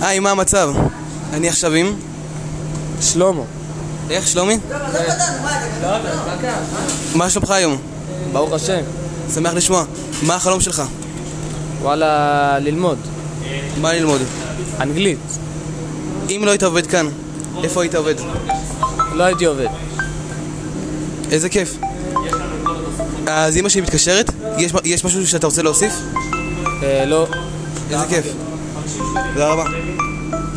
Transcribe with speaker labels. Speaker 1: היי, מה המצב? אני עכשיו עם...
Speaker 2: שלמה.
Speaker 1: איך, שלומי? מה שלומך היום?
Speaker 2: ברוך השם.
Speaker 1: שמח לשמוע. מה החלום שלך?
Speaker 2: וואלה, ללמוד.
Speaker 1: מה ללמוד?
Speaker 2: אנגלית.
Speaker 1: אם לא היית עובד כאן, איפה היית עובד?
Speaker 2: לא הייתי עובד.
Speaker 1: איזה כיף. אז אימא שלי מתקשרת? יש, יש משהו שאתה רוצה להוסיף?
Speaker 2: אה, לא.
Speaker 1: איזה כיף. תודה רבה.